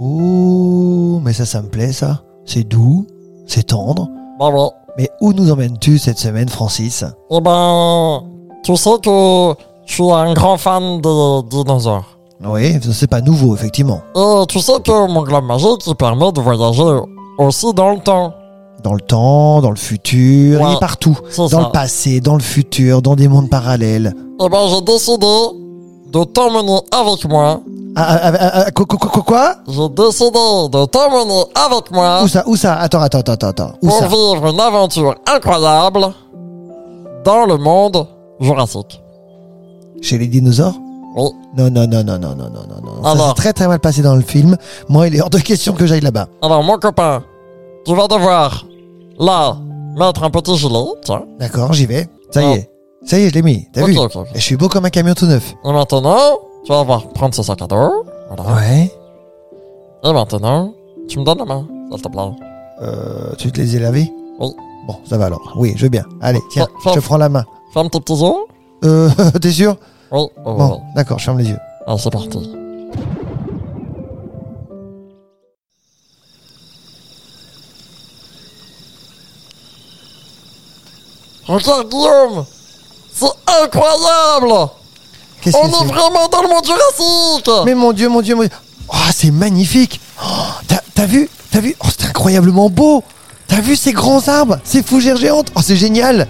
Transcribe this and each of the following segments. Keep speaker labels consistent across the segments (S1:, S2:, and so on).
S1: Ouh, mais ça, ça me plaît, ça. C'est doux, c'est tendre.
S2: Bravo.
S1: Mais où nous emmènes-tu cette semaine, Francis
S2: Bah Eh ben, tu sais que je suis un grand fan des dinosaures.
S1: Oui, c'est pas nouveau, effectivement.
S2: Et tu sais que mon globe magique, il permet de voyager aussi dans le temps.
S1: Dans le temps, dans le futur,
S2: Ouais,
S1: il est partout.
S2: C'est
S1: Dans
S2: ça.
S1: le passé, dans le futur, dans des mondes parallèles.
S2: Eh ben, j'ai décidé de t'emmener avec moi.
S1: Ah, ah, ah, ah, ah, quoi, quoi, quoi, quoi, quoi
S2: J'ai décidé de t'emmener avec moi
S1: Où ça, où ça Attends, attends, attends, attends. Où
S2: pour
S1: ça
S2: vivre une aventure incroyable dans le monde jurassique.
S1: Chez les dinosaures
S2: Oui.
S1: Non, non, non, non, non, non, non, non, non. Ça
S2: Alors.
S1: s'est très très mal passé dans le film. Moi, il est hors de question que j'aille là-bas.
S2: Alors, mon copain, tu vas devoir, là, mettre un petit gilet, tiens.
S1: D'accord, j'y vais. Ça y
S2: Ah.
S1: est. Ça y est, je l'ai mis. T'as
S2: Ok,
S1: vu
S2: ok, ok.
S1: Et je suis beau comme un camion tout neuf.
S2: Et maintenant, tu vas devoir prendre ce sac à dos. Voilà.
S1: Ouais.
S2: Et maintenant, tu me donnes la main, s'il te plaît.
S1: Euh, tu te les as lavés
S2: Oui.
S1: Bon, ça va alors. Oui, je veux bien. Allez, tiens,
S2: Fa- fa-
S1: je prends la main.
S2: Ferme tes petits yeux.
S1: Euh, t'es sûr
S2: Oui, oui, oui,
S1: Bon,
S2: oui.
S1: d'accord, je ferme les yeux.
S2: Allez, c'est parti. Regarde, Guillaume C'est incroyable
S1: Qu'est-ce
S2: On
S1: que
S2: est
S1: c'est
S2: Oh vraiment dans le monde jurassique
S1: Mais mon dieu, mon dieu, mon dieu. Oh, c'est magnifique. Oh, t'as, t'as vu T'as vu Oh, c'est incroyablement beau. T'as vu ces grands arbres Ces fougères géantes Oh, c'est génial.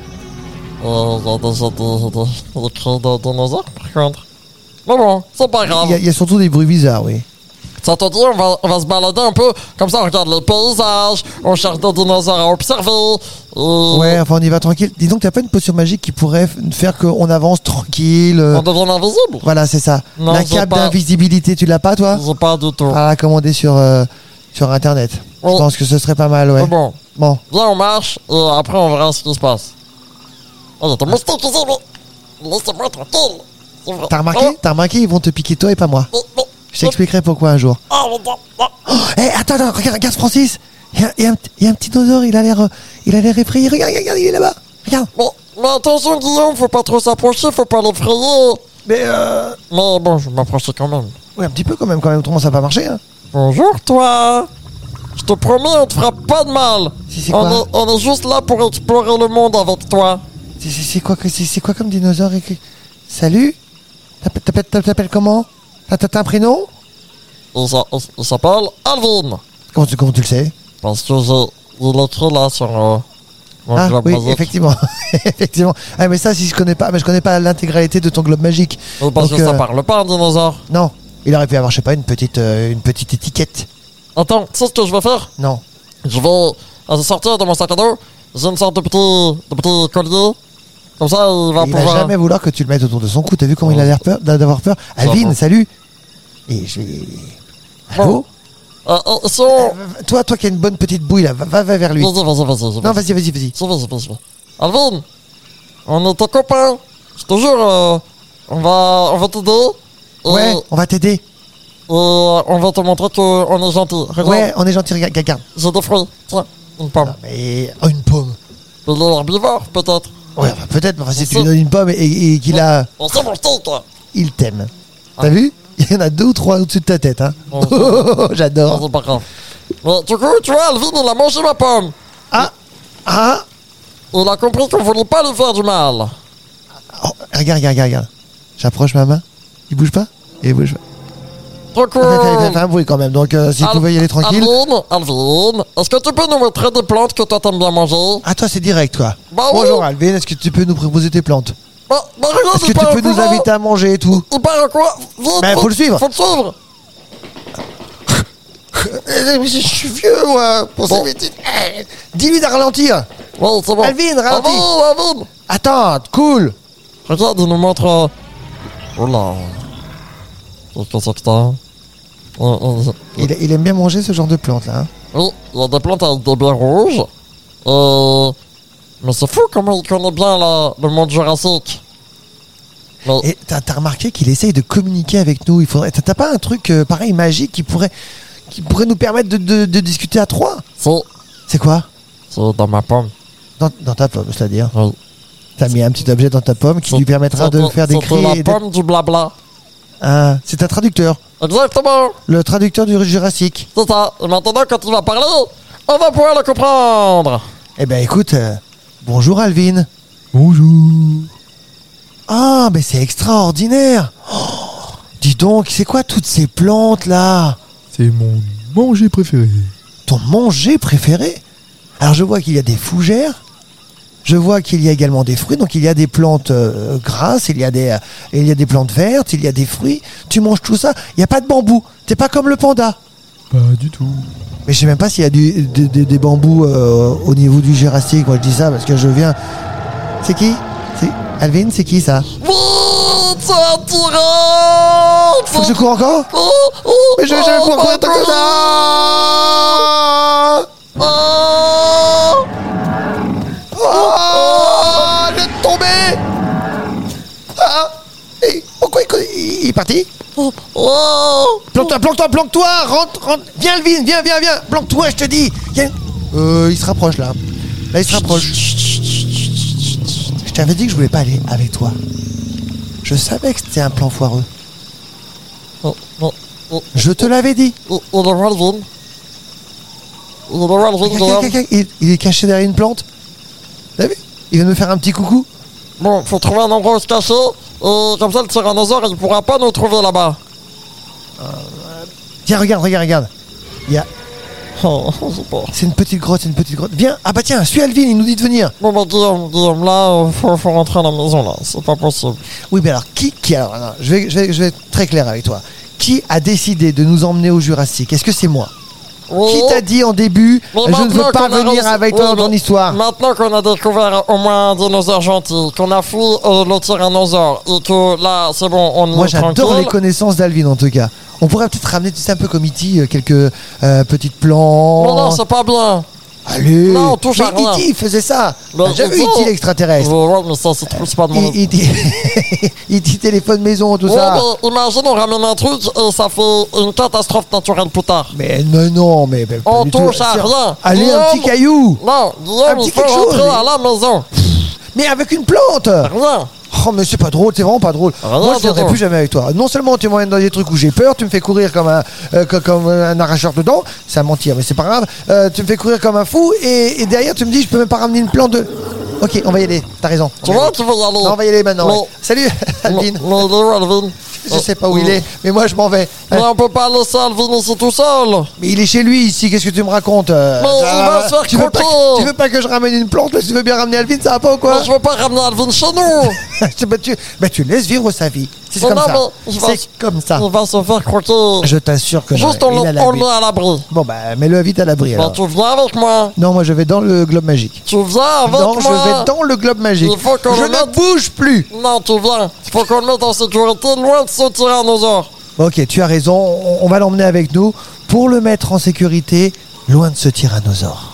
S2: Euh, Il y a déjà des, des, des cris de dinosaures, par contre. Mais Ah bon, c'est pas grave.
S1: Il y, a- il y a surtout des bruits bizarres, oui.
S2: Ça te dit, on va, on va se balader un peu. Comme ça, on regarde les paysages, on cherche des dinosaures à observer. Euh, et
S1: Ouais, enfin, on y va tranquille. Dis donc, t'as pas une potion magique qui pourrait f- faire qu'on avance tranquille euh,
S2: On devient invisible.
S1: Voilà, c'est ça.
S2: Oh Non,
S1: La
S2: j'ai
S1: cape
S2: pas.
S1: d'invisibilité, tu l'as pas, toi
S2: C'est pas du tout.
S1: À la commander sur, euh, sur Internet. Je
S2: Oh.
S1: pense que ce serait pas mal, ouais.
S2: Mais Oh, bon,
S1: Bon.
S2: viens, on marche et après, on verra ce qui se passe. Oh, il
S1: Ah.
S2: y a des moustiques ici, mais laissez-moi tranquille. C'est vrai.
S1: T'as remarqué T'as remarqué, ils vont te piquer toi et pas moi.
S2: Oh, mais-
S1: Je t'expliquerai pourquoi un jour.
S2: Ah, mais non, non.
S1: Eh, attends, attends, regarde, regarde Francis. Il y, a- il y a un petit- il y a un petit dinosaure, il a l'air, euh, il a l'air effrayé. Regarde, regarde, il est là-bas. Regarde.
S2: Mais, mais attention, Guillaume, faut pas trop s'approcher, faut pas l'effrayer.
S1: Mais euh,
S2: Mais bon, je vais m'approcher quand même.
S1: ouais, un petit peu quand même, quand même. Autrement, ça va pas marcher. Hein.
S2: Bonjour toi Je te promets, on te fera pas de mal
S1: Si, c'est
S2: on,
S1: quoi
S2: est, on est juste là pour explorer le monde avec toi.
S1: C'est, c'est- c'est quoi, que- c'est, c'est quoi comme dinosaure et que- Salut. T'appelles, t'appelles- t'appelles- t'appelles comment T'as, t'as- t'as un prénom
S2: Il, s'a- il s'appelle Alvin
S1: comment tu, comment tu le sais
S2: Parce que j'ai... Il écrit là sur euh, mon
S1: Ah
S2: globe
S1: oui,
S2: magique.
S1: effectivement, effectivement. Ah mais ça, si je connais pas, mais je connais pas l'intégralité de ton globe magique.
S2: Euh, Parce
S1: Donc,
S2: que ça
S1: euh,
S2: parle pas un dinosaure.
S1: Non, il aurait pu avoir, je sais pas, une petite, euh, une petite étiquette.
S2: Attends, tu sais ce que je vais faire
S1: Non.
S2: Je vais euh, sortir de mon sac à dos. J'ai une sorte de petit, de petit collier. Comme ça, il va
S1: Il va
S2: pouvoir...
S1: jamais vouloir que tu le mettes autour de son cou. T'as vu comment
S2: Oh.
S1: il a l'air peur d'a- d'avoir peur Alvin,
S2: va.
S1: salut. Et je vais. Allô
S2: Euh, euh, si on-
S1: Euh, Toi, toi qui as une bonne petite bouille là, va, va, va vers lui.
S2: Vas-y, vas-y, vas-y.
S1: Non, vas-y, vas-y, vas-y.
S2: Ça va, ça va, ça va. Alvin, on est tes copains. Je te jure, euh, on va, on va t'aider. Et-
S1: Ouais, on va t'aider.
S2: Et on va te montrer qu'on est gentil. Regarde,
S1: Ouais, on est gentil, regarde, regarde.
S2: j'ai des fruits. Tiens, une pomme.
S1: Mais oh, une pomme.
S2: Il est herbivore, peut-être. Oh,
S1: Ouais, enfin, peut-être, mais enfin, si tu
S2: Ça-
S1: lui donnes une pomme et, et qu'il a.
S2: On s'est menti, toi.
S1: Il t'aime. T'as
S2: Ah.
S1: vu Il y en a deux ou trois au-dessus de ta tête, hein.
S2: Oh, Non,
S1: J'adore.
S2: c'est pas grave. Mais du coup, tu vois, Alvin, il a mangé ma pomme.
S1: Ah Ah
S2: Il a compris qu'on voulait pas lui faire du mal.
S1: Oh, Regarde, regarde, regarde, regarde. J'approche ma main. Il bouge pas Il bouge pas.
S2: Trop cool.
S1: Ah, T'as t'as fait un bruit quand même, donc euh, si vous
S2: euh, Al-
S1: pouvez y aller tranquille.
S2: Alvin, Alvin, est-ce que tu peux nous montrer des plantes que toi t'aimes bien manger
S1: Ah toi c'est direct toi.
S2: Bah oui.
S1: Bonjour Alvin, est-ce que tu peux nous proposer tes plantes
S2: Bah, bah, regarde,
S1: Est-ce
S2: il
S1: que tu
S2: parle
S1: peux nous
S2: comment
S1: inviter à manger et tout
S2: Il part à quoi Vite
S1: Bah, faut le suivre.
S2: Faut le suivre
S1: Eh, Je suis vieux moi pour Eh,
S2: ces
S1: Dis-lui de ralentir
S2: Ouais, c'est bon. Ah,
S1: Alvin, ralentis.
S2: Alvin, Alvin
S1: Attends, cool
S2: Regarde, il nous montre... euh, Oh là Qu'est-ce que c'est que ça Euh, euh,
S1: il, il aime bien manger ce genre de plantes là. hein.
S2: Oui, il y a des plantes avec des biens rouges. Euh... Mais c'est fou comment il connaît bien la- le monde jurassique. Mais...
S1: Et t'as t'as remarqué qu'il essaye de communiquer avec nous. Il faudrait. T'as t'as pas un truc euh, pareil magique qui pourrait qui pourrait nous permettre de, de- de discuter à trois
S2: C'est...
S1: C'est quoi
S2: C'est dans ma pomme.
S1: dans, dans ta pomme, c'est-à-dire.
S2: Oui.
S1: T'as mis un petit objet dans ta pomme qui
S2: C'est-
S1: lui permettra de
S2: c'est-
S1: faire des
S2: c'est
S1: cris.
S2: la
S1: et d'être-
S2: pomme du blabla.
S1: Ah, c'est un traducteur.
S2: Exactement.
S1: le traducteur du Jurassique.
S2: C'est ça. Et maintenant, quand il va parler, on va pouvoir le comprendre.
S1: Eh ben écoute, euh, bonjour Alvin.
S3: Bonjour.
S1: Ah, mais c'est extraordinaire. Oh, dis donc, c'est quoi toutes ces plantes là
S3: C'est mon manger préféré.
S1: Ton manger préféré Alors je vois qu'il y a des fougères. Je vois qu'il y a également des fruits, donc il y a des plantes euh, grasses, il y a des, euh, il y a des plantes vertes, il y a des fruits. Tu manges tout ça. Il n'y a pas de bambou. T'es pas comme le panda.
S3: Pas du tout.
S1: Mais je sais même pas s'il y a du, des- des- des bambous euh, au niveau du Jurassique. Moi, je dis ça parce que je viens. C'est qui C'est Alvin C'est qui ça
S2: Vite, c'est un tyran
S1: Faut que je cours encore
S2: Oh, oh,
S1: Mais je vais jamais
S2: oh,
S1: pouvoir courir tant que ça
S2: oh.
S1: Oh Je vais tomber Ah Et pourquoi il, il est parti
S2: Oh, oh.
S1: Planque-toi, planque-toi, planque-toi Rentre, rentre Viens, Alvin, viens, viens, viens Planque-toi, je te dis Il y a- Euh, il se rapproche là. Là, il se rapproche. Je t'avais dit que je voulais pas aller avec toi. Je savais que c'était un plan foireux.
S2: Oh, oh, oh,
S1: Je te l'avais dit.
S2: oh, on aura le zoom. On aura le zoom,
S1: Caca,
S2: Zoran.
S1: caca, Il, il est caché derrière une plante. T'as vu Il vient de me faire un petit coucou.
S2: Bon, faut trouver un endroit où se cacher. Et comme ça, le tyrannosaure, il pourra pas nous trouver là-bas.
S1: Tiens, regarde, regarde, regarde. Il y a...
S2: Oh, c'est pas.
S1: C'est une petite grotte, c'est une petite grotte. Viens, ah bah tiens, suis Alvin, il nous dit de venir.
S2: Bon, bah, Guillaume, Guillaume, là, euh, faut, faut rentrer à la maison, là. C'est pas possible.
S1: Oui, mais alors, qui, qui alors, alors, je, vais, je, vais, je vais être très clair avec toi. Qui a décidé de nous emmener au Jurassique Est-ce que c'est moi
S2: Oui.
S1: Qui t'a dit en début,
S2: Mais
S1: je ne
S2: Oh. maintenant
S1: veux pas
S2: qu'on a
S1: venir
S2: réussi-
S1: avec toi
S2: Oui,
S1: dans ton
S2: mais-
S1: histoire
S2: Maintenant qu'on a découvert au moins un dinosaure gentil, qu'on a fui euh, le tyrannosaure, et que là, c'est bon, on
S1: Moi,
S2: est
S1: j'adore les
S2: tranquille.
S1: connaissances d'Alvin, en tout cas. On pourrait peut-être ramener, tu sais, un peu comme E.T., euh, quelques euh, petites
S2: Non, non,
S1: plantes.
S2: c'est pas bien.
S1: Allez
S2: Non, on touche à
S1: Mais
S2: rien.
S1: E.T. faisait ça
S2: Non,
S1: J'ai vu
S2: non.
S1: E.T. l'extraterrestre E
S2: Ouais, ouais, mais ça, c'est trop- c'est pas de mon...
S1: Il, il dit, il dit téléphone maison, tout
S2: Ouais,
S1: ça.
S2: mais bah, imagine, on ramène un truc et ça fait une catastrophe naturelle plus tard.
S1: Mais non, non, mais. mais pas
S2: On
S1: du
S2: touche
S1: tout.
S2: à
S1: Tiens,
S2: rien. Oh,
S1: Allez, un petit
S2: Guillaume.
S1: caillou.
S2: Non,
S1: Un
S2: Guillaume,
S1: petit
S2: il faut
S1: quelque chose, mais-
S2: rentrer à la maison.
S1: Mais avec une plante.
S2: Rien.
S1: Oh, mais c'est pas drôle, c'est vraiment pas drôle.
S2: Ah, non,
S1: Moi, je viendrai
S2: attends.
S1: plus jamais avec toi. Non seulement tu m'emmènes dans des trucs où j'ai peur, tu me fais courir comme un, euh, co- comme un arracheur de dents. C'est à mentir, mais c'est pas grave. Euh, tu me fais courir comme un fou et, et derrière, tu me dis, je peux même pas ramener une plante de. Ok, on va y aller, t'as raison.
S2: Tu vois, tu veux y aller.
S1: Non, on va y aller maintenant.
S2: Mais-
S1: ouais. Salut, Alvin.
S2: Mais- mais il est où, Alvin
S1: Je sais pas où il est, mais moi, je m'en vais. Euh,
S2: Mais on peut pas laisser Alvin ici tout seul.
S1: Mais il est chez lui ici, qu'est-ce que tu me racontes euh,
S2: Mais il va se faire
S1: tu, veux pas,
S2: croquer.
S1: tu veux pas que je ramène une plante, là, tu veux bien ramener Alvin, ça va pas ou quoi
S2: Mais je veux pas ramener Alvin chez nous.
S1: Je- bah, tu, bah, tu laisses vivre sa vie. C'est
S2: Mais
S1: comme
S2: non,
S1: ça.
S2: mais il va se-
S1: C'est comme ça.
S2: Il va se faire croquer.
S1: Je t'assure que non,
S2: Juste, on
S1: il
S2: le-
S1: a la
S2: on
S1: vie.
S2: est à l'abri.
S1: Bon bah mets-le vite à l'abri
S2: Bah,
S1: alors.
S2: tu viens avec moi.
S1: Non moi je vais dans le globe magique.
S2: Tu viens avec
S1: Non
S2: moi.
S1: je vais dans le globe magique.
S2: Il faut
S1: Je
S2: qu'on le
S1: ne
S2: mette-
S1: bouge plus.
S2: Non, tu viens. Faut qu'on le mette en sécurité loin de ce tyrannosaure.
S1: Ok tu as raison, on, on va l'emmener avec nous pour le mettre en sécurité loin de ce tyrannosaure.